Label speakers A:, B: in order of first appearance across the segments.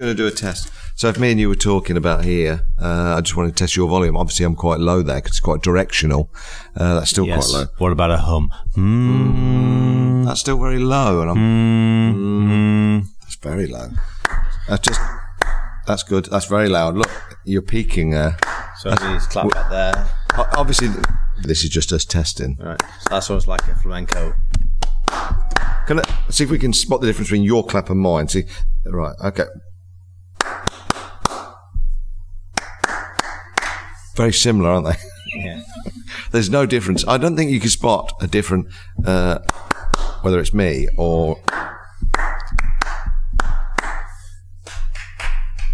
A: going to do a test. So if me and you were talking about here, uh, I just want to test your volume. Obviously, I'm quite low there because it's quite directional. Uh, that's still
B: Yes.
A: quite low.
B: What about a hum? Hmm? Mm,
A: That's still very low, and I'm
B: mm,
A: that's very low. That's just that's good. That's very loud. Look, you're peaking there.
C: So these clap back there.
A: O- Obviously, th- this is just us testing.
C: Right. So that's almost like a flamenco.
A: Can I see if we can spot the difference between your clap and mine? See, right? Okay. Very similar, aren't they?
C: Yeah.
A: There's no difference. I don't think you can spot a different, uh, whether it's me or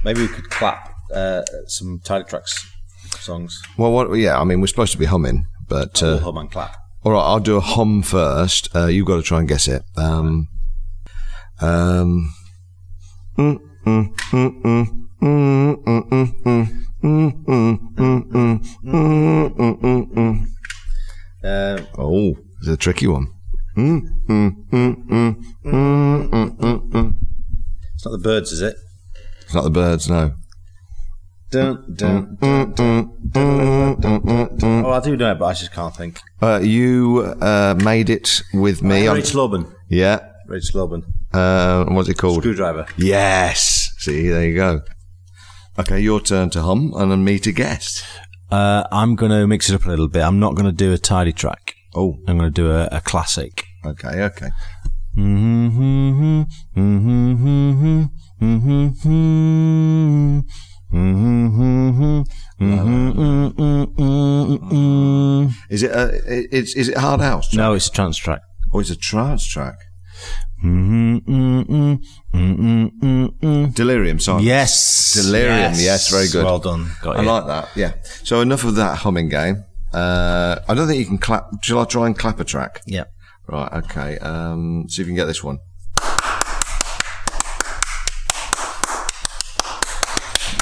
C: Maybe we could clap uh, some title tracks songs.
A: well, what? Yeah, I mean, we're supposed to be humming, but
C: We'll
A: uh,
C: hum and clap.
A: all right, I'll do a hum first. Uh, you've got to try and guess it. Um, um,
C: Uh,
A: oh, it's a tricky one.
C: it's not the birds, is it?
A: It's not the birds, no.
C: Dun, dun, dun, dun, dun, dun, dun, dun, dun. Oh, I do know it, but I just can't think.
A: Uh, you uh, made it with me. I'm-
C: Rich Loban.
A: yeah.
C: Rich Loban.
A: Uh, what's it called?
C: Screwdriver.
A: Yes. See, there you go. Okay, your turn to hum and then me to guess.
B: uh, I'm going to mix it up a little bit. I'm not going to do a tidy track.
A: Oh,
B: I'm going to do a, a classic.
A: okay, okay.
B: No,
A: Is it a, i- it's, is it hard house? Track?
B: it's a trance track.
A: Or is it Oh, a trance track? Mm-hmm, Delirium, Simon.
B: Yes.
A: Delirium, yes, very good.
B: Well done. Got
A: I
B: you.
A: like that, yeah. So enough of that humming game. Uh, I don't think you can clap. Shall I try and clap a track?
B: Yeah.
A: Right, okay. Um, see if you can get this one.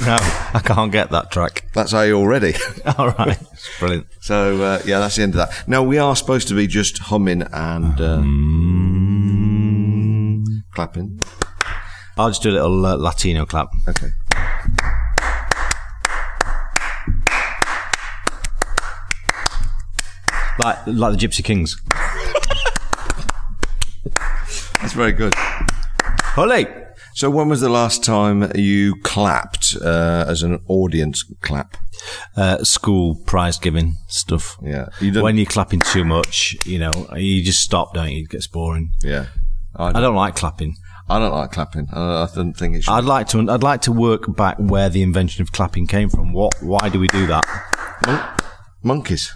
B: No, I can't get that track.
A: That's A already.
B: All right. Brilliant.
A: so, uh, yeah, that's the end of that. Now, we are supposed to be just humming and uh, Mm-hmm. clapping.
B: I'll just do a little uh, Latino clap.
A: Okay.
B: Like, like the Gypsy Kings.
A: That's very good.
B: Ole!
A: So, when was the last time you clapped uh, as an audience clap?
B: Uh, school prize giving stuff.
A: Yeah, you don't.
B: when you're clapping too much, you know, you just stop, don't you? It gets boring.
A: yeah,
B: I don't like clapping.
A: I don't like clapping. I, I don't think it should.
B: I'd like to. I'd like to work back where the invention of clapping came from. What? Why do we do that?
A: monkeys,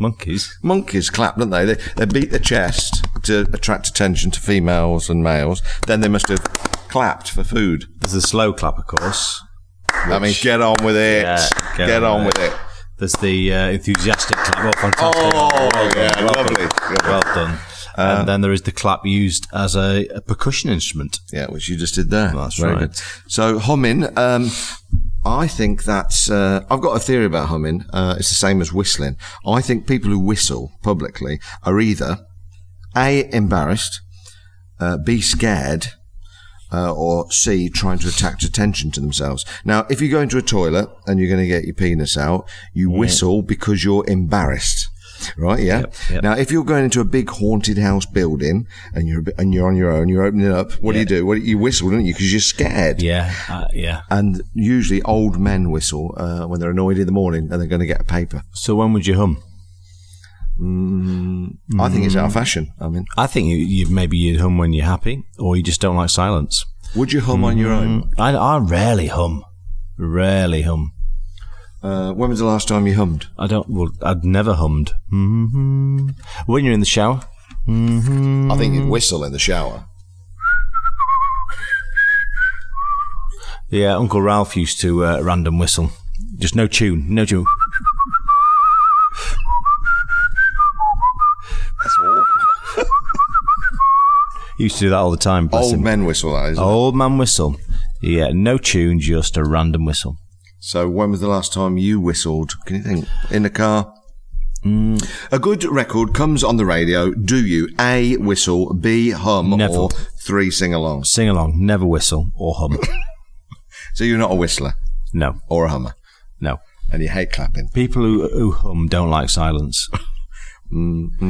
B: Monkeys.
A: monkeys clap, don't they? they? They beat their chest to attract attention to females and males. Then they must have clapped for food.
B: There's the slow clap, of course.
A: I mean, get on with it.
B: Yeah,
A: get, on, with it.
B: There's the uh, enthusiastic clap. Oh, fantastic.
A: Oh, yeah,
B: done.
A: lovely. Uh,
B: Well done. Well done. and then there is the clap used as a, a percussion instrument.
A: Yeah, which you just did there.
B: That's
A: Very
B: right.
A: good. So humming, um, I think that's. Uh, I've got a theory about humming. Uh, it's the same as whistling. I think people who whistle publicly are either a embarrassed, uh, b scared. Uh, or C, trying to attract attention to themselves. Now, if you go into a toilet and you're going to get your penis out, you whistle because you're embarrassed, right? Yeah.
B: yep.
A: Now, if you're going into a big haunted house building and you're a bit, and you're on your own, you're opening it up. What do you do? Well, you whistle, don't you? Because you're scared.
B: Yeah. Uh, yeah.
A: And usually, old men whistle uh, when they're annoyed in the morning and they're going to get a paper.
B: So when would you hum?
A: I think it's out of
B: Mm.
A: fashion. I mean,
B: I think you, you maybe you hum when you're happy, or you just don't like silence.
A: would you hum on your
B: Mm.
A: own?
B: I, I rarely hum. Rarely hum.
A: Uh, when was the last time you hummed?
B: I don't. Well, I've never hummed. hmm When you're in the shower,
A: I think you'd whistle in the shower.
B: yeah. Uncle Ralph used to uh, random whistle, just no tune, no tune. He used to do that all the time. Bless
A: Old
B: him.
A: men whistle, that is.
B: Old man whistle. Yeah, no tune, just a random whistle.
A: So when was the last time you whistled? Can you think? In the car? A good record comes on the radio. Do you A whistle, B hum,
B: Never.
A: or three sing alongs?
B: Sing along, never whistle or hum.
A: So you're not a whistler
B: No,
A: or a hummer,
B: no.
A: and you hate clapping.
B: People who, who hum don't like silence.
A: I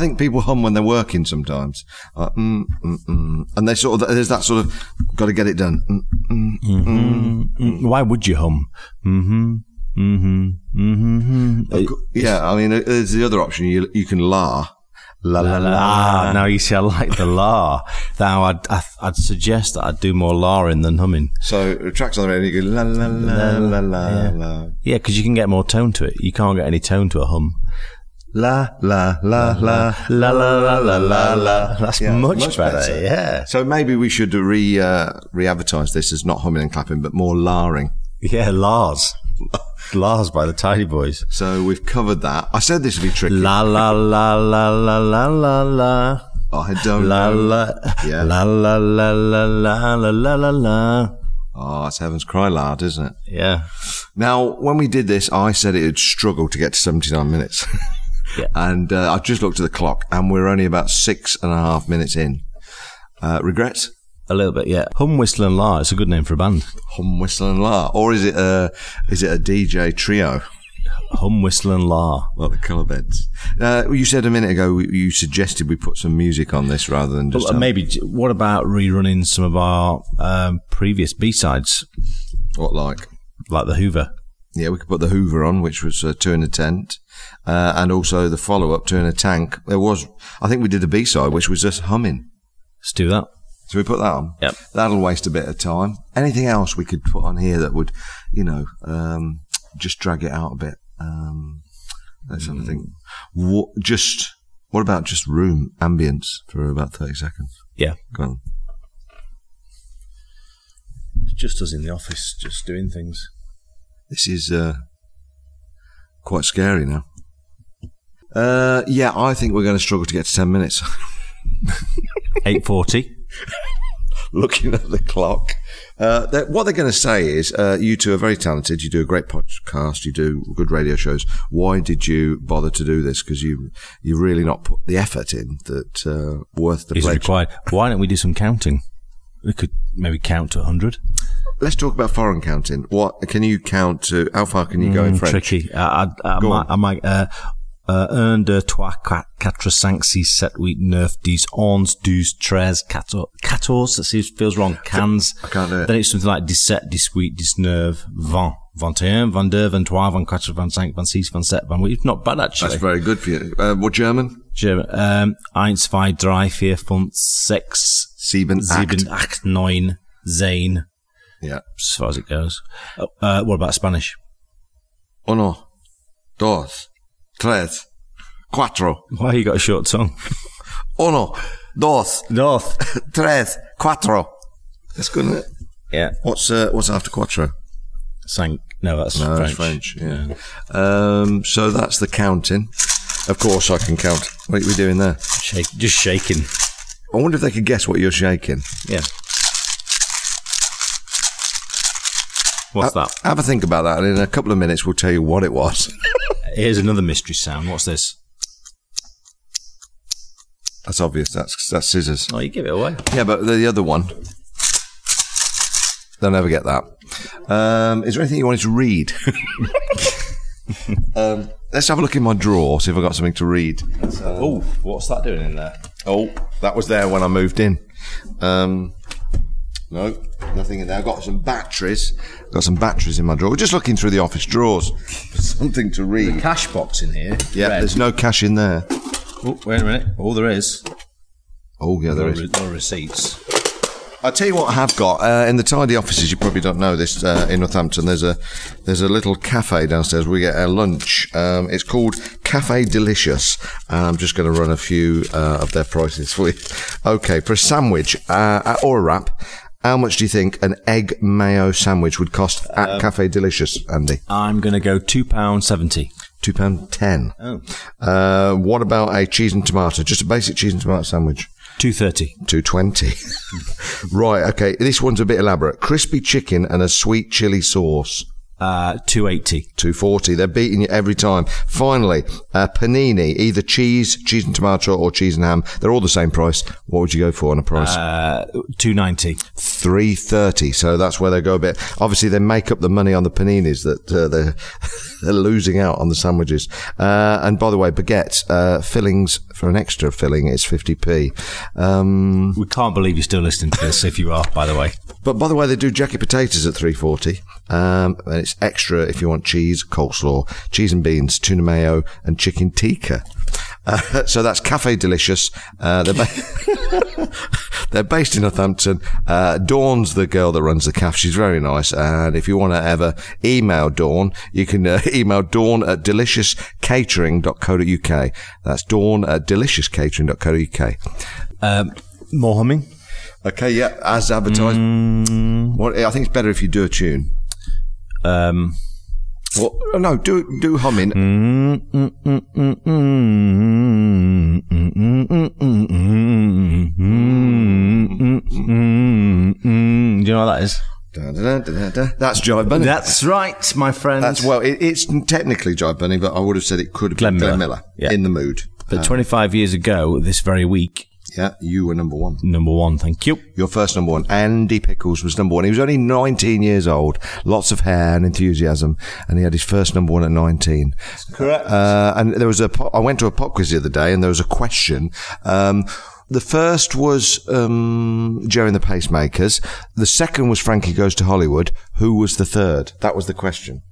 A: think people hum when they're working sometimes, uh, mm, mm, mm. and they sort of there's that sort of got to get it done. Mm, mm.
B: Mm, Why would you hum? Mm-hmm. Mm-hmm. Mm-hmm. Uh,
A: Yeah, I mean, uh, there's the other option. You you can la la la la.
B: Ah, now you see, I like the la. Now, I'd, I'd, I'd suggest that I'd do more laring than humming.
A: So the tracks on the radio, you go la la la la la la.
B: Yeah, because you can get more tone to it. You can't get any tone to a hum.
A: La la la la
B: La la la la la la. That's
A: Yeah,
B: much,
A: much
B: better.
A: better.
B: Yeah.
A: So maybe we should re uh, re-advertise this as not humming and clapping, but more larring.
B: Yeah, Lars. Lars by the Tidy Boys.
A: So we've covered that. I said this would be tricky.
B: La la la la la la la la.
A: I don't
B: La
A: know.
B: la
A: Yeah.
B: la la la la la la la la la.
A: Oh, it's Heaven's Cry Loud, isn't it?
B: Yeah.
A: Now, when we did this, I said it would struggle to get to 79 minutes.
B: Yeah.
A: And uh, I've just looked at the clock, and we're only about six and a half minutes in. Uh, regret?
B: A little bit, yeah. Hum Whistle and La, it's a good name for a band.
A: Hum, whistle, and la. Or is it a, is it a DJ trio?
B: Hum Whistle and La.
A: Like the colour beds. Uh, you said a minute ago we- you suggested we put some music on this rather than just.
B: Well,
A: um,
B: maybe j- what about rerunning some of our um, previous B sides,
A: what like?
B: like the Hoover?
A: Yeah, we could put the Hoover on, which was uh, Two in a Tent, uh, and also the follow up, Two in a Tank. There was, I think we did a B side, which was us humming.
B: Let's do that.
A: So we put that on.
B: Yep.
A: That'll waste a bit of time. Anything else we could put on here that would, you know, um, just drag it out a bit? Um, let's have a think.
B: Mm.
A: What, just, what about just room ambience for about 30 seconds?
B: Yeah.
A: Go on.
C: Just us in the office, just doing things.
A: This is uh, quite scary now. Uh, yeah, I think we're going to struggle to get to 10 minutes.
B: 8.40.
A: Looking at the clock. Uh, that- what they're going to say is, uh, you two are very talented. You do a great podcast. You do good radio shows. Why did you bother to do this? Because you, you've really not put the effort in that uh, worth the
B: is
A: pledge.
B: required. Why don't we do some counting? We could maybe count to 100.
A: Let's talk about foreign counting. What can you count to? How far can you go in French?
B: Mm, Tricky. Uh, I, I, I
A: Go
B: might, I might uh, uh, un, deux, trois, quatre, quatre, cinq, six, sept, huit, neuf, dix, onze, douze, treize, quatorze. Quatorze, that seems, feels wrong. Cans.
A: I can't do it.
B: Then it's something like dix-sept, dix-huit, dix-neuf, vingt. 21, 22, 23, 24, 25, 26, 27, 28. It's not bad, actually.
A: That's very good for you. Uh, what German?
B: German. Um, eins, zwei, drei, vier, fünf, sechs,
A: Sieben, acht.
B: sieben, acht, neun, zehn,
A: Yeah.
B: as far as it goes. Oh, Uh, what about Spanish?
A: Uno, dos, tres, cuatro.
B: Why you got a short tongue?
A: Uno, dos,
B: North.
A: tres, cuatro. That's good, isn't it?
B: Yeah.
A: What's uh, what's after quattro?
B: Sank. No, that's
A: No,
B: French.
A: that's French. Yeah. Um, so that's the counting. Of course, I can count. What are we doing there?
B: Shake, just shaking.
A: I wonder if they could guess what you're shaking.
B: Yeah. What's that?
A: Have a think about that, and in a couple of minutes, we'll tell you what it was.
B: Here's another mystery sound. What's this?
A: That's obvious. That's that's scissors.
B: Oh, you give it away.
A: Yeah, but the, the other one, they'll never get that. Um, is there anything you wanted to read? um, let's have a look in my drawer, see if I've got something to read.
B: oh, what's that doing in there?
A: Oh, that was there when I moved in. Um, no, nothing in there. I've got some batteries. I've got some batteries in my drawer. We're just looking through the office drawers for something to read.
B: Cash box in here.
A: Yeah,
B: Red.
A: there's no cash in there.
B: Oh, wait a minute. All there is.
A: Oh, yeah, there
B: no
A: is.
B: re- no receipts.
A: I tell you what, I have got uh, in the tidy offices. You probably don't know this uh, in Northampton. There's a there's a little cafe downstairs. where We get our lunch. Um, it's called Cafe Delicious. And I'm just going to run a few uh, of their prices for you. Okay, for a sandwich uh, or a wrap, how much do you think an egg mayo sandwich would cost at Cafe Delicious, Andy?
B: I'm going to go £2.70.
A: Two pound ten.
B: Oh.
A: Uh, what about a cheese and tomato? Just a basic cheese and tomato sandwich.
B: 230
A: 220. right, okay. This one's a bit elaborate. Crispy chicken and a sweet chili sauce.
B: uh, 280.
A: 240. They're beating you every time. Finally, uh, panini, either cheese, cheese and tomato, or cheese and ham. They're all the same price. What would you go for on a price?
B: Uh, 290.
A: 330. So that's where they go a bit. Obviously, they make up the money on the paninis that uh, they're, they're losing out on the sandwiches. Uh, and by the way, baguettes, uh, fillings for an extra filling is 50p. Um,
B: We can't believe you're still listening to this, if you are, by the way.
A: but by the way, they do jacket potatoes at 340. Um, and it's extra if you want cheese, coleslaw, cheese and beans, tuna mayo, and chicken tikka. Uh, so that's Cafe Delicious. Uh, they're, ba- they're based in Northampton. Uh, Dawn's the girl that runs the cafe. She's very nice. And if you want to ever email Dawn, you can uh, email dawn at deliciouscatering.co.uk. That's dawn at deliciouscatering.co.uk.
B: Um, more humming?
A: Okay, yeah, as advertised. What I think it's better if you do a tune.
B: Mm. Um, Mm.
A: What? oh, no, do do humming.
B: Do you know what that is?
A: Da, da, da, da, da. That's Jive Bunny.
B: That's right, my friend.
A: That's well, it, it's technically Jive Bunny, but I would have said it could be
B: Glenn
A: Glenn Miller,
B: Miller. Yeah.
A: in the mood.
B: But 25 years ago, this very week,
A: Yeah, you were number one.
B: number one, thank you.
A: Your first number one. Andy Pickles was number one. He was only 19 years old. Lots of hair and enthusiasm. And he had his first number one at 19.
B: Correct.
A: Uh, and there was a pop, I went to a pop quiz the other day and there was a question. Um, the first was um, Jerry and the Pacemakers. The second was Frankie Goes to Hollywood. Who was the third? That was the question.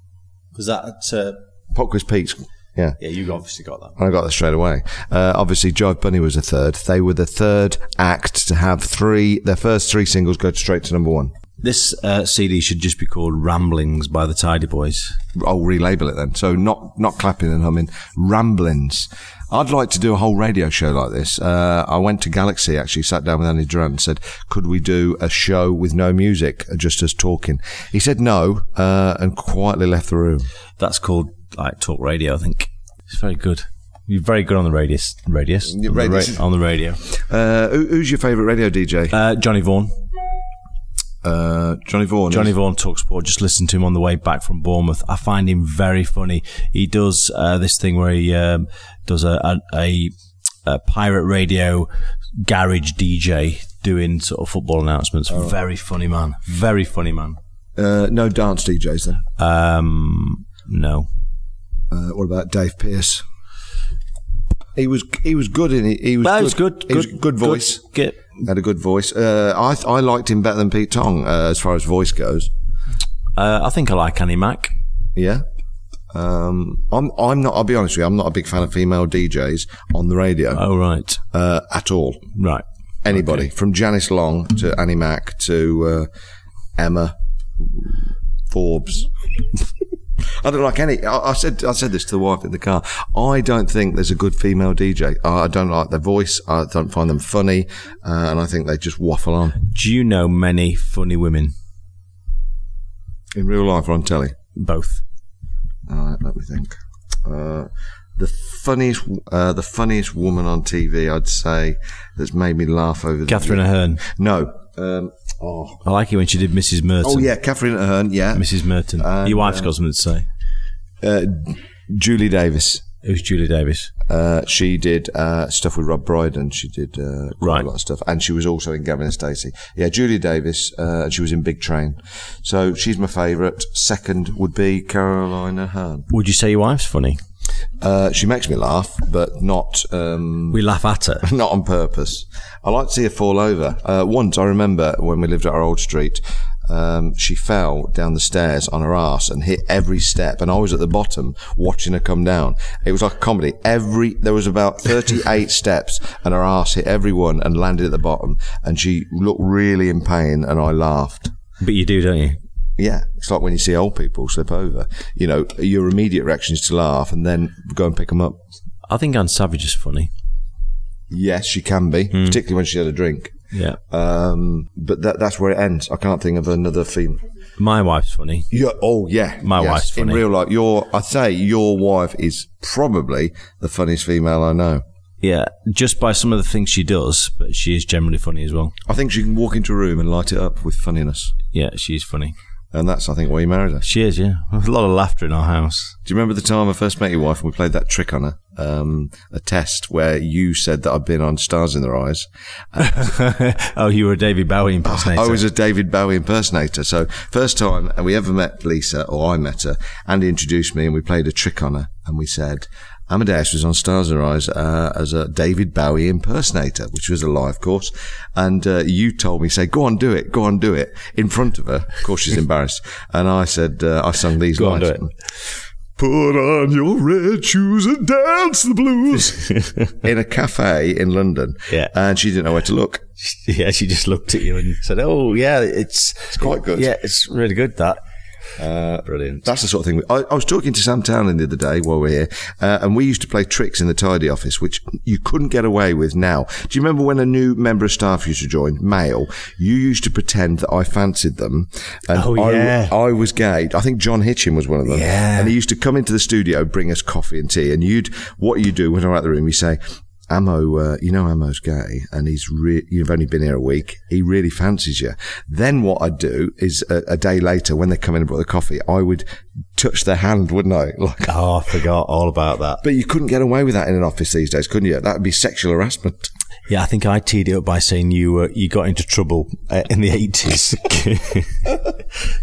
B: Was that at, uh,
A: Pop quiz Pete's. Yeah.
B: yeah, you obviously got that.
A: I got that straight away. Uh, obviously, Jive Bunny was the third. They were the third act to have three, their first three singles go straight to number one.
B: This uh, CD should just be called Ramblings by the Tidy Boys.
A: I'll relabel it then. So not not clapping and humming, ramblings. I'd like to do a whole radio show like this. Uh, I went to Galaxy actually, sat down with Andy Durant and said, "Could we do a show with no music, just us talking?" He said no, uh, and quietly left the room.
B: That's called like Talk Radio, I think. It's very good. You're very good on the radius. Radius? On the,
A: radius.
B: ra- on the radio.
A: Uh, who, who's your favourite radio DJ?
B: Uh, Johnny Vaughan.
A: Uh, Johnny Vaughan.
B: Johnny Vaughan talks sport. Just listen to him on the way back from Bournemouth. I find him very funny. He does uh, this thing where he um, does a, a, a, a pirate radio garage DJ doing sort of football announcements. Very funny man. Very funny man.
A: Uh, no dance DJs then.
B: Um, no.
A: Uh, what about Dave Pearce? He was he was good in it. He was
B: Well,
A: good.
B: it's good.
A: He was good voice.
B: Good.
A: Had a good voice. Uh, I th- I liked him better than Pete Tong uh, as far as voice goes.
B: Uh, I think I like Annie Mac.
A: Yeah. Um, I'm I'm not. I'll be honest with you. I'm not a big fan of female DJs on the radio
B: Oh right,
A: uh, at all.
B: right.
A: Anybody from Janice Long to Annie Mac to uh, Emma Forbes. I don't like any. I, I said I said this to the wife in the car. I don't think there's a good female DJ. I, I don't like their voice. I don't find them funny, uh, and I think they just waffle on
B: Do you know many funny women?
A: in real life or on telly.
B: Both.
A: All right, let me think. Uh, the funniest, uh, the funniest woman on TV, I'd say, that's made me laugh over. the-
B: Catherine Ahern.
A: No. Um, oh.
B: I like it when she did Mrs. Merton.
A: oh yeah, Uh, Catherine Ahern. Yeah.
B: Mrs. Merton. Your wife's got something to say.
A: Uh, Julie Davis.
B: It was Julie Davis.
A: Uh, she did uh, stuff with Rob Brydon. She did uh, quite
B: Right.
A: a lot of stuff, and she was also in Gavin and Stacey. Yeah, Julie Davis. Uh, and she was in Big Train. So she's my favourite. Second would be Caroline Ahern.
B: Would you say your wife's funny?
A: Uh, she makes me laugh, but not. Um,
B: We laugh at her.
A: not on purpose. I like to see her fall over. Uh, once I remember when we lived at our old street, um, she fell down the stairs on her ass and hit every step, and I was at the bottom watching her come down. It was like a comedy. Every there was about thirty-eight steps, and her ass hit every one and landed at the bottom, and she looked really in pain, and I laughed.
B: But you do, don't you?
A: Yeah, it's like when you see old people slip over. You know, your immediate reaction is to laugh and then go and pick them up.
B: I think Anne Savage is funny.
A: Yes, she can be, particularly when she had a drink.
B: Yeah.
A: Um, but that, that's where it ends. I can't think of another theme.
B: My wife's funny.
A: Yeah, oh yeah,
B: My wife's
A: in
B: funny.
A: real life. Your, I say, your wife is probably the funniest female I know.
B: Yeah. Just by some of the things she does, but she is generally funny as well.
A: I think she can walk into a room and light it up with funniness.
B: Yeah, she's funny.
A: And that's, I think, why you married her.
B: She is, yeah. A lot of laughter in our house.
A: Do you remember the time I first met your wife and we played that trick on her? Um, a test where you said that I've been on Stars in Their Eyes.
B: oh, you were a David Bowie impersonator.
A: I was a David Bowie impersonator. So first time we ever met Lisa, or I met her, Andy introduced me and we played a trick on her and we said, Amadeus was on Stars in Our Eyes uh, as a David Bowie impersonator, which was a lie, of course. And uh, you told me, say, go on, do it, go on, do it, in front of her. Of course, she's embarrassed. And I said, uh, I sung these
B: Go on,
A: lines.
B: do it.
A: Put on your red shoes and dance the blues in a cafe in London.
B: Yeah.
A: And she didn't know where to look.
B: yeah, she just looked at you and said, "Oh, yeah, it's it's
A: quite good.
B: Yeah, it's really good. That Uh, brilliant.
A: That's the sort of thing. we- I, I was talking to Sam Townley the other day while we are here, uh, and we used to play tricks in the tidy office, which you couldn't get away with now. Do you remember when a new member of staff used to join, male? You used to pretend that I fancied them, and
B: Oh,
A: I,
B: yeah.
A: I was gay. I think John Hitchin was one of them,
B: Yeah.
A: and he used to come into the studio, bring us coffee and tea, and you'd what you do when I'm out of the room, you say. Ammo, uh, you know Ammo's gay, and he's re- you've only been here a week. He really fancies you. Then what I'd do is a, a day later, when they come in and brought the coffee, I would touch their hand, wouldn't I? Like,
B: Oh, I forgot all about that.
A: but you couldn't get away with that in an office these days, couldn't you? That would be sexual harassment.
B: Yeah, I think I teed it up by saying you uh, you got into trouble uh, in the eighties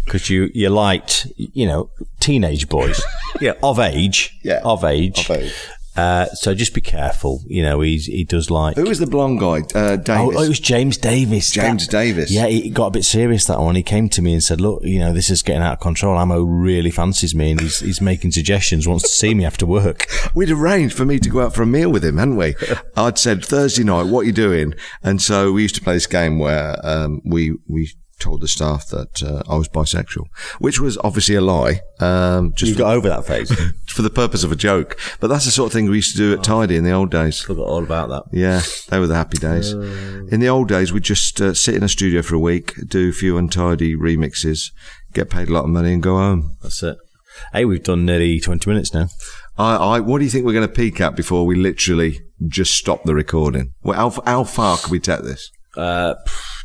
B: because you you liked you know teenage boys, yeah, of age,
A: Yeah,
B: of age.
A: of age.
B: Uh, so just be careful. You know, he's he does like.
A: Who was the blonde guy? Uh,
B: Oh,
A: Davis.
B: oh, it was James Davis.
A: James Davis.
B: Yeah, he got a bit serious that one. He came to me and said, "Look, you know, this is getting out of control. Ammo really fancies me, and he's, he's making suggestions. Wants to see me after work."
A: We'd arranged for me to go out for a meal with him, hadn't we? I'd said Thursday night, what are you doing? And so we used to play this game where um, we we told the staff that uh, I was bisexual, which was obviously a lie, um, just
B: You
A: for,
B: got over that phase.
A: for the purpose of a joke. But that's the sort of thing we used to do at Tidy in the old days.
B: Forgot all about that.
A: Yeah, they were the happy days. In the old days, we'd just uh, sit in a studio for a week, do a few untidy remixes, get paid a lot of money, and go home.
B: That's it. Hey, we've done nearly twenty minutes now.
A: I, I, what do you think we're going to peak at before we literally just stop the recording? Well, how, how far can we take this?
B: Uh,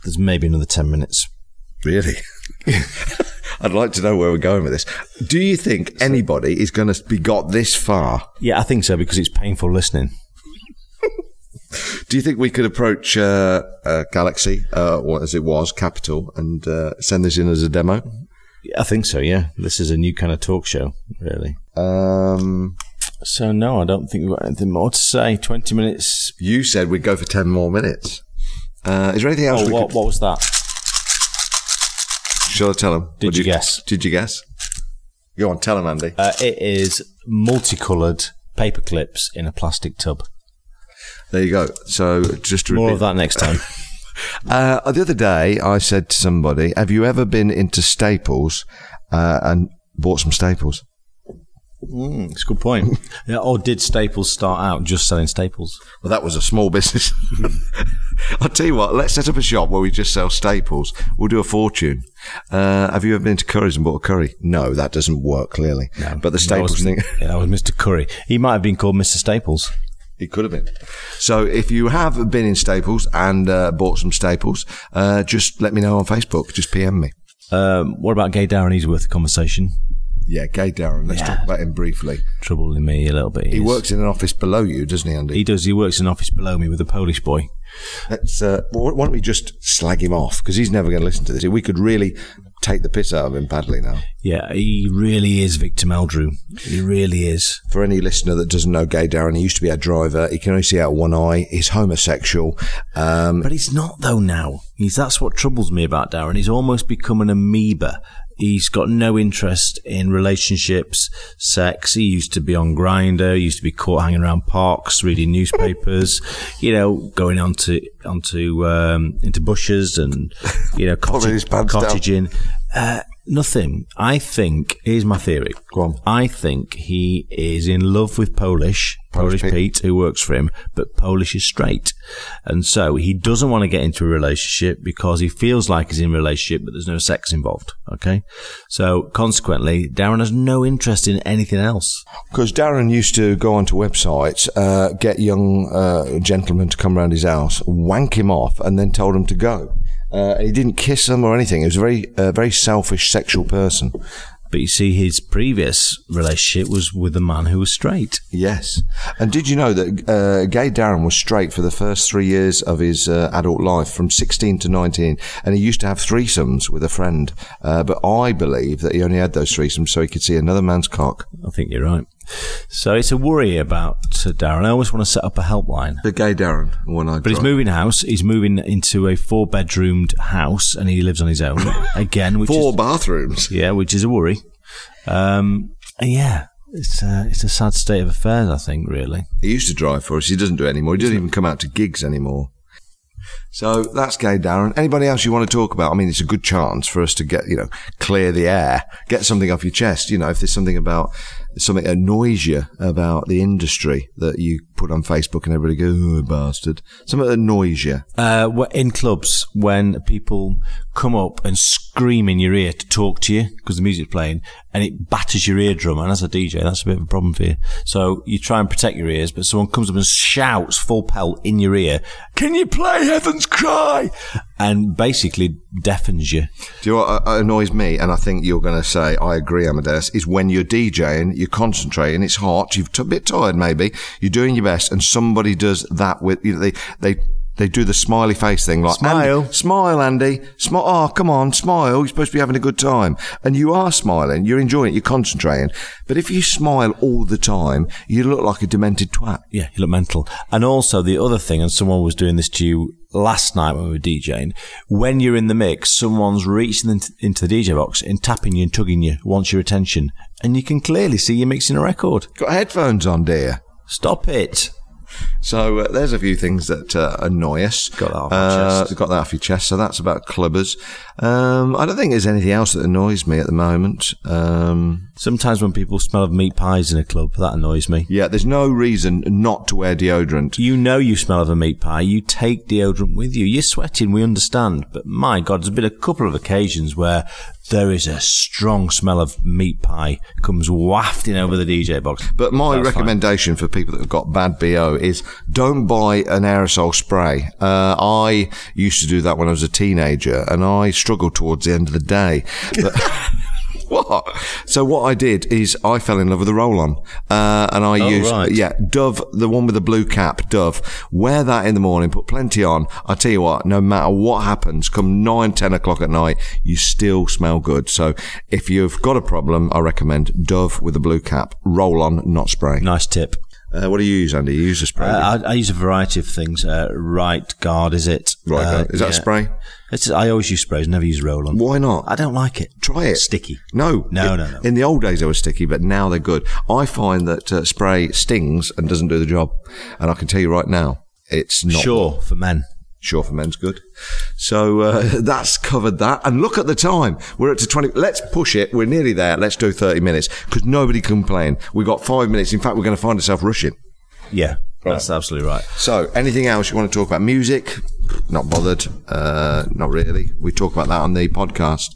B: there's maybe another ten minutes.
A: Really? I'd like to know where we're going with this. Do you think anybody is going to be got this far?
B: Yeah, I think so because it's painful listening.
A: Do you think we could approach uh, uh, Galaxy, uh, or as it was, Capital, and uh, send this in as a demo?
B: Yeah, I think so. Yeah, this is a new kind of talk show, really.
A: Um,
B: So no, I don't think we've got anything more to say. Twenty minutes.
A: you said we'd go for 10 more minutes. Uh, is there anything else
B: Oh,
A: we
B: what,
A: could...
B: what was that?
A: Shall I tell him?
B: Did you guess?
A: Did you guess? Go on, tell him, Andy.
B: Uh, it is multicolored paper clips in a plastic tub.
A: There you go. So just to
B: More
A: repeat
B: of that next time.
A: Uh, the other day, I said to somebody, "Have you ever been into Staples uh, and bought some staples?"
B: Mm, It's a good point. Yeah, or did Staples start out just selling staples?
A: Well, that was a small business. I'll tell you what. Let's set up a shop where we just sell staples. We'll do a fortune. Uh, have you ever been to Curry's and bought a curry? No, that doesn't work clearly. But the
B: That was-
A: staples thing.
B: Yeah, that was Mr. Curry. He might have been called Mr. Staples.
A: It could have been. So if you have been in Staples and uh, bought some staples, uh, just let me know on Facebook. Just PM me.
B: Um, what about Gay Darren? He's worth a conversation.
A: Yeah, Gay Darren. Let's talk about him briefly.
B: Troubling me a little bit.
A: He
B: is.
A: works in an office below you, doesn't he, Andy?
B: He does. He works in an office below me with a Polish boy.
A: Let's. Uh, wh- why don't we just slag him off because he's never going to listen to this. We could really take the piss out of him badly now.
B: Yeah, he really is Victor Meldrew. He really is.
A: For any listener that doesn't know Gay Darren, he used to be a driver. He can only see out of one eye. He's homosexual. Um,
B: But he's not though now. He's that's what troubles me about Darren. He's almost become an amoeba. He's got no interest in relationships, sex. He used to be on Grinder. He used to be caught hanging around parks, reading newspapers. you know, going onto onto um, into bushes and you know
A: Pulling his
B: cottage,
A: pants down.
B: cottaging. Uh, nothing. I think here's my theory.
A: Go on.
B: I think he is in love with Polish, Polish,
A: Pete.
B: Pete. who works for him, but Polish is straight. And so he doesn't want to get into a relationship because he feels like he's in a relationship, but there's no sex involved. Okay. So consequently, Darren has no interest in anything else.
A: Because Darren used to go onto websites, uh, get young uh, gentlemen to come round his house, wank him off, and then told him to go. Uh, and he didn't kiss them or anything. He was a very, uh, very selfish sexual person.
B: But you see, his previous relationship was with a man who was straight.
A: Yes. And did you know that uh, Gay Darren was straight for the first three years of his uh, adult life, from 16 to 19, and he used to have threesomes with a friend. Uh, but I believe that he only had those threesomes so he could see another man's cock.
B: I think you're right. So it's a worry about uh, Darren. I always want to set up a helpline.
A: The Gay Darren, one I.
B: But he's moving house. He's moving into a four-bedroomed house, and he lives on his own again. Which
A: four
B: is,
A: bathrooms.
B: yeah, which is a worry. Um, yeah, it's a, it's a sad state of affairs. I think really.
A: He used to drive for us. He doesn't do it anymore. He doesn't even come out to gigs anymore. So that's Gay Darren. Anybody else you want to talk about? I mean, it's a good chance for us to get, you know, clear the air, get something off your chest. You know, if there's something about, something that annoys you about the industry that you put on Facebook and everybody goes, oh, bastard. Something that annoys you.
B: Uh, wh- in clubs, when people come up and scream in your ear to talk to you because the music's playing and it batters your eardrum, and as a DJ, that's a bit of a problem for you. So you try and protect your ears, but someone comes up and shouts full pelt in your ear, Can you play Heaven's Cry? And basically deafens you.
A: Do you know what uh, annoys me? And I think you're going to say, I agree, Amadeus, is when you're DJing, you're concentrating, it's hot, you're a bit tired maybe, you're doing your best, and somebody does that with, you know, they, they, they do the smiley face thing like,
B: Smile.
A: Andy, smile, Andy, smile, oh, come on, smile, you're supposed to be having a good time. And you are smiling, you're enjoying it, you're concentrating. But if you smile all the time, you look like a demented twat.
B: Yeah, you look mental. And also the other thing, and someone was doing this to you last night when we were DJing, when you're in the mix, someone's reaching into, into the DJ box and tapping you and tugging you, wants your attention. And you can clearly see you're mixing a record.
A: Got headphones on, dear.
B: Stop it.
A: So uh, there's a few things that uh, annoy us.
B: Got that off our
A: Uh,
B: chest.
A: Got that off your chest. So that's about clubbers. Um, I don't think there's anything else that annoys me at the moment. Um,
B: Sometimes when people smell of meat pies in a club, that annoys me.
A: yeah, there's no reason not to wear deodorant.
B: You know you smell of a meat pie. You take deodorant with you. You're sweating, we understand. But my God, there's been a couple of occasions where there is a strong smell of meat pie comes wafting over the DJ box.
A: But my
B: That's fine.
A: recommendation for people that have got bad BO is don't buy an aerosol spray. Uh, I used to do that when I was a teenager and I struggled towards the end of the day. But- what? So what I did is I fell in love with a roll on. Uh, and I used,
B: Oh, right.
A: yeah, Dove, the one with the blue cap, Dove. Wear that in the morning, put plenty on. I tell you what, no matter what happens, come nine, ten o'clock at night, you still smell good. So if you've got a problem, I recommend Dove with a blue cap, roll on, not spray.
B: Nice tip.
A: Uh, what do you use, Andy? You use a spray? do you?
B: Uh, I, I use a variety of things. Uh, right guard, is it?
A: Right,
B: Uh,
A: is that a
B: yeah.
A: spray?
B: It's, I always use sprays, never use roll on.
A: Why not?
B: I don't like it.
A: Try it.
B: Sticky.
A: No,
B: No,
A: In-
B: no, no.
A: In the old days, they were sticky, but now they're good. I find that uh, spray stings and doesn't do the job, and I can tell you right now, it's not
B: Sure, for men.
A: Sure for men's good. So uh, that's covered that. And look at the time. We're up to 20. Let's push it. We're nearly there. Let's do 30 minutes because nobody can complain. We've got five minutes. In fact, we're going to find ourselves rushing.
B: Yeah, that's absolutely right.
A: So, anything else you want to talk about? Music? Not bothered. Uh, not really. We talk about that on the podcast.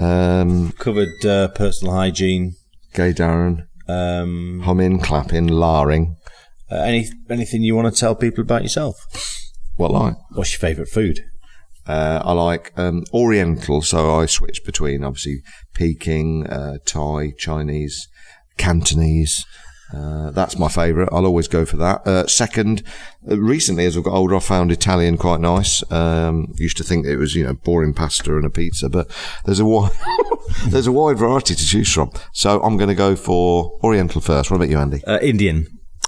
A: Um,
B: Covered uh, personal hygiene.
A: gay Darren,
B: Um,
A: humming, clapping, larring.
B: uh, any anything you want to tell people about yourself?
A: What like?
B: What's your favourite food?
A: Uh, I like um, Oriental, so I switch between obviously Peking, uh, Thai, Chinese, Cantonese. Uh, that's my favourite. I'll always go for that. Uh, second, uh, recently as I've got older, I found Italian quite nice. Um, used to think it was you know boring pasta and a pizza, but there's a wide there's a wide variety to choose from. So I'm going to go for Oriental first. What about you, Andy?
B: Uh, Indian.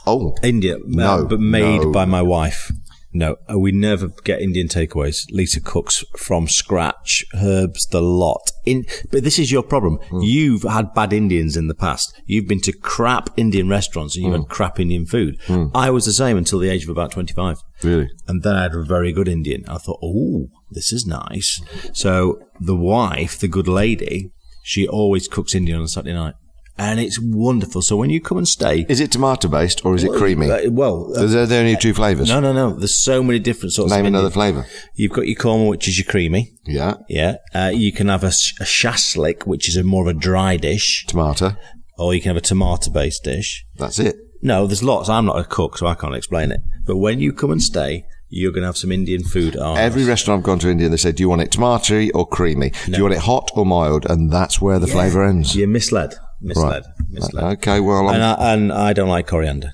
A: Oh,
B: Indian,
A: No,
B: uh, but made
A: no.
B: by my wife. No, uh, we never get Indian takeaways. Lisa cooks from scratch, herbs the lot. In, but this is your problem.
A: Hmm.
B: You've had bad Indians in the past. You've been to crap Indian restaurants and you've
A: Hmm.
B: had crap Indian food. I was the same until the age of about 25.
A: really?
B: And then I had a very good Indian. I thought, oh, this is nice. So the wife, the good lady, she always cooks Indian on a Saturday night. And it's wonderful. So when you come and stay,
A: Is it tomato based or is it creamy?
B: uh, well, uh,
A: There's there there are only two flavours.
B: no, no, no. There's so many different sorts.
A: Name
B: of
A: another
B: Indian.
A: flavour.
B: You've got your korma, which is your creamy.
A: Yeah.
B: Yeah. Uh, you can have a, sh- a shashlik, which is a more of a dry dish,
A: Tomato.
B: or you can have a tomato-based dish.
A: That's it.
B: No, there's lots. I'm not a cook, so I can't explain it. But when you come and stay, you're going to have some Indian food. aren't
A: Every
B: you?
A: restaurant I've gone to India, they say, "Do you want it tomatoey or creamy? Do you want it hot or mild?" And that's where the flavour ends.
B: You're misled. Misled. Misled.
A: Okay, well, I'm,
B: And, I, and I don't like coriander.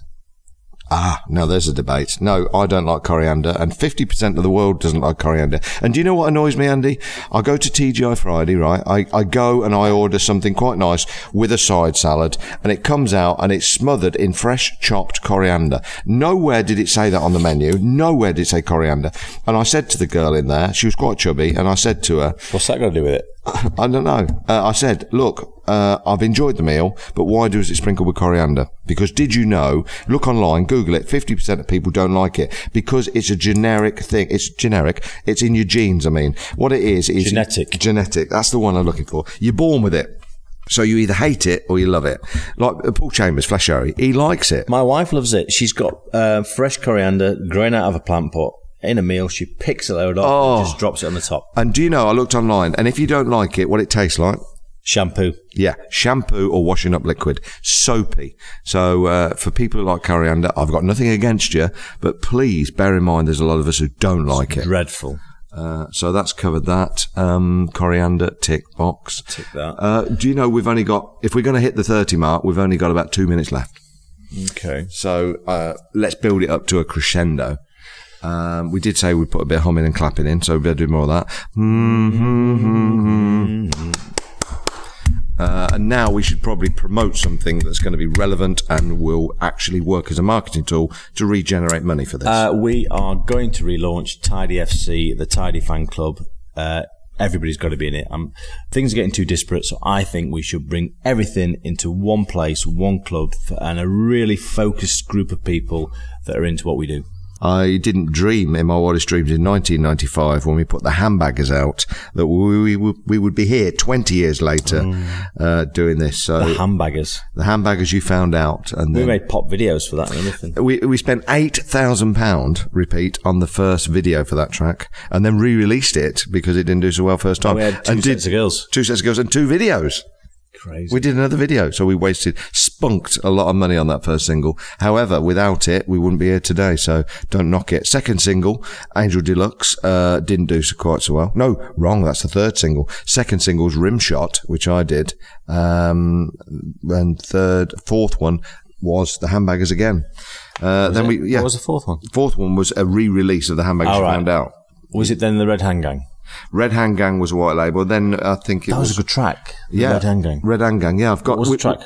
A: ah, now there's a debate. No, I don't like coriander, and 50% of the world doesn't like coriander. And do you know what annoys me, Andy? I go to TGI Friday, right? I, I go and I order something quite nice with a side salad, and it comes out and it's smothered in fresh chopped coriander. Nowhere did it say that on the menu. Nowhere did it say coriander. And I said to the girl in there, she was quite chubby, and I said to her,
B: What's that got to do with it?
A: I don't know. Uh, I said, look, uh, I've enjoyed the meal, but why does it sprinkle with coriander? Because did you know? Look online, Google it. Fifty percent of people don't like it because it's a generic thing. It's generic. It's in your genes. I mean, what it is is
B: Genetic.
A: Genetic. That's the one I'm looking for. You're born with it. So you either hate it or you love it. Like uh, Paul Chambers, Flesh Harry, he likes it.
B: My wife loves it. She's got uh, fresh coriander growing out of a plant pot in a meal. She picks a load off
A: Oh.
B: and just drops it on the top.
A: And do you know? I looked online, and if you don't like it, what it tastes like?
B: Shampoo.
A: Yeah, shampoo or washing up liquid, soapy. So uh, for people who like coriander, I've got nothing against you, but please bear in mind there's a lot of us who don't like it.
B: Dreadful.
A: Uh, so that's covered that um, coriander tick box. Tick
B: that.
A: Uh, do you know we've only got if we're going to hit the thirty mark, we've only got about two minutes left.
B: Okay.
A: So uh, let's build it up to a crescendo. Um, we did say we'd put a bit of humming and clapping in, so we better do more of that. Mm-hmm. Uh, and now we should probably promote something that's going to be relevant and will actually work as a marketing tool to regenerate money for this.
B: Uh, we are going to relaunch Tidy FC, the Tidy Fan Club. Uh, everybody's got to be in it. Um, things are getting too disparate, so I think we should bring everything into one place, one club, f- and a really focused group of people that are into what we do.
A: I didn't dream in my wildest dreams in 1995 when we put the handbaggers out that we, we, we would be here 20 years later
B: Mm.
A: uh, doing this. So
B: The Hambaggers.
A: the handbaggers you found out and
B: We
A: then
B: made pop videos for that and everything.
A: we, we spent eight thousand pound repeat on the first video for that track, and then re-released it because it didn't do so well first time.
B: We had two
A: and
B: sets
A: did
B: of girls.
A: two sets of girls and two videos.
B: Crazy.
A: We did another video, so we wasted spunked a lot of money on that first single. However, without it, we wouldn't be here today. So don't knock it. Second single, Angel Deluxe, uh, didn't do so quite so well. No, wrong. That's the third single. Second single's Rimshot, which I did, um, and third, fourth one was the Handbaggers again. Uh, then we yeah
B: What was the fourth one?
A: Fourth one was a re-release of the Handbaggers
B: All right.
A: Found Out.
B: Was it then the Red Hand Gang?
A: Red Hand Gang was a white label. Then I think it
B: That
A: was,
B: was a good track. The
A: yeah,
B: Red Hand Gang.
A: Red Hand Gang. Yeah, I've got
B: What's the
A: we-
B: track?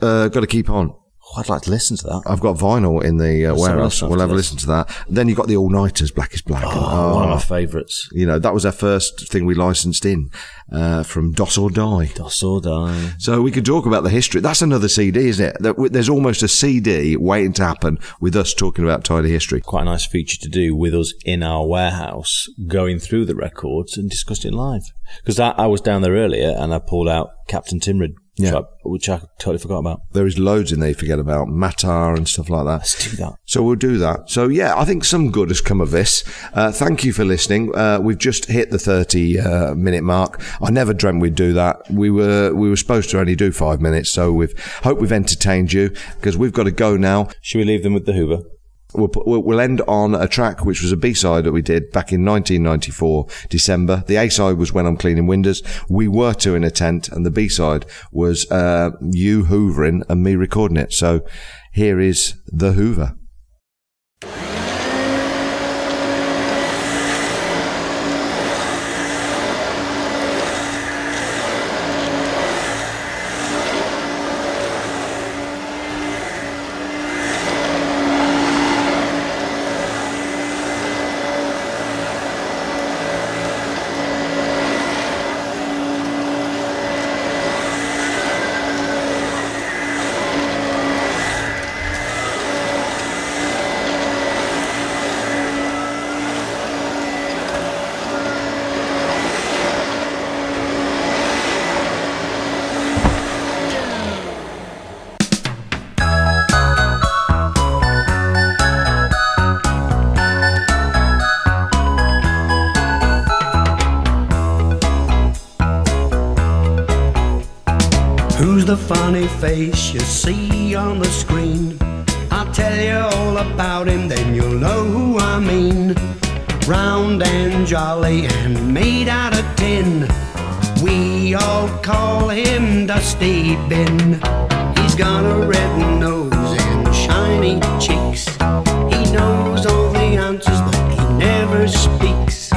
A: Uh, got to keep on.
B: Oh, I'd like to listen to that.
A: I've got vinyl in the uh,
B: have a
A: warehouse.
B: listen
A: We'll
B: after
A: have a
B: this.
A: listen to that. Then you got the All Nighters, Black is Black. and-
B: Oh, one of
A: oh,
B: my favourites.
A: you know that was our first thing we licensed in uh, from DOS or Die.
B: Dos or Die.
A: So we could talk about the history. That's another CD, isn't it? That w- There's almost a CD waiting to happen with us talking about tidy history.
B: quite a nice feature to do with us in our warehouse, going through the records and discussing live. Because I, I was down there earlier and I pulled out Captain Timrid, which,
A: Yeah.
B: I, which I totally forgot about.
A: There is loads in there you forget about Matar and stuff like that.
B: Let's do that.
A: So we'll do that. So yeah, I think some good has come of this. Uh, thank you for listening. Uh, we've just hit the thirty uh, minute mark. I never dreamt we'd do that. We were we were supposed to only do five minutes. So we've hope we've entertained you because we've got to go now.
B: Should we leave them with the Hoover?
A: We'll, put, we'll we'll end on a track which was a B side that we did back in 1994 December. The A side was when I'm cleaning windows. We were two in a tent, and the B side was uh, you hoovering and me recording it. So here is the Hoover.
D: Who's the funny face you see on the screen? I'll tell you all about him, then you'll know who I mean. Round and jolly and made out of tin. We all call him Dusty Bin. He's got a red nose and shiny cheeks. He knows all the answers, but he never speaks.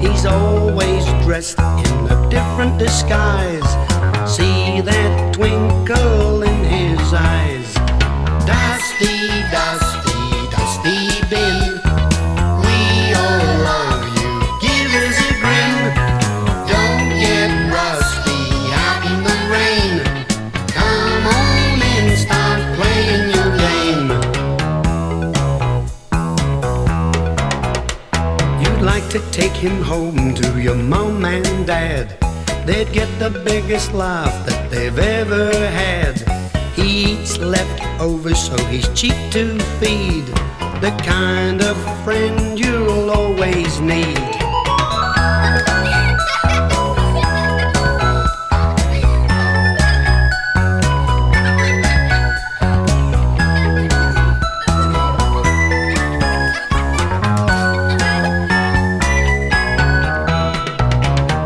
D: He's always dressed in a different disguise. See that twinkle in his eyes. Dusty, dusty, dusty bin. We all love you. Give us a grin. Don't get rusty out in the rain. Come on and start playing your game. You'd like to take him home to your mom and dad. They'd get the biggest laugh that they've ever had. He eats leftovers, so he's cheap to feed. The kind of friend you'll always need.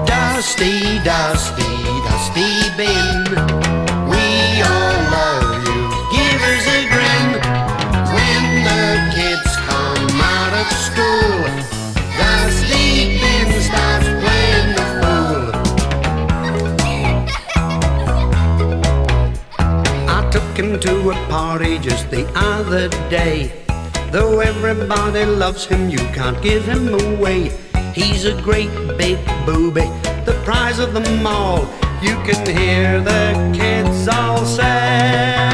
D: Dusty, dusty, dusty bin. We all love you. Give us a grin. When the kids come out of school, Dusty bin starts playing the fool. I took him to a party just the other day. Though everybody loves him, you can't give him away. He's a great big booby, the prize of them all. You can hear the kids all say.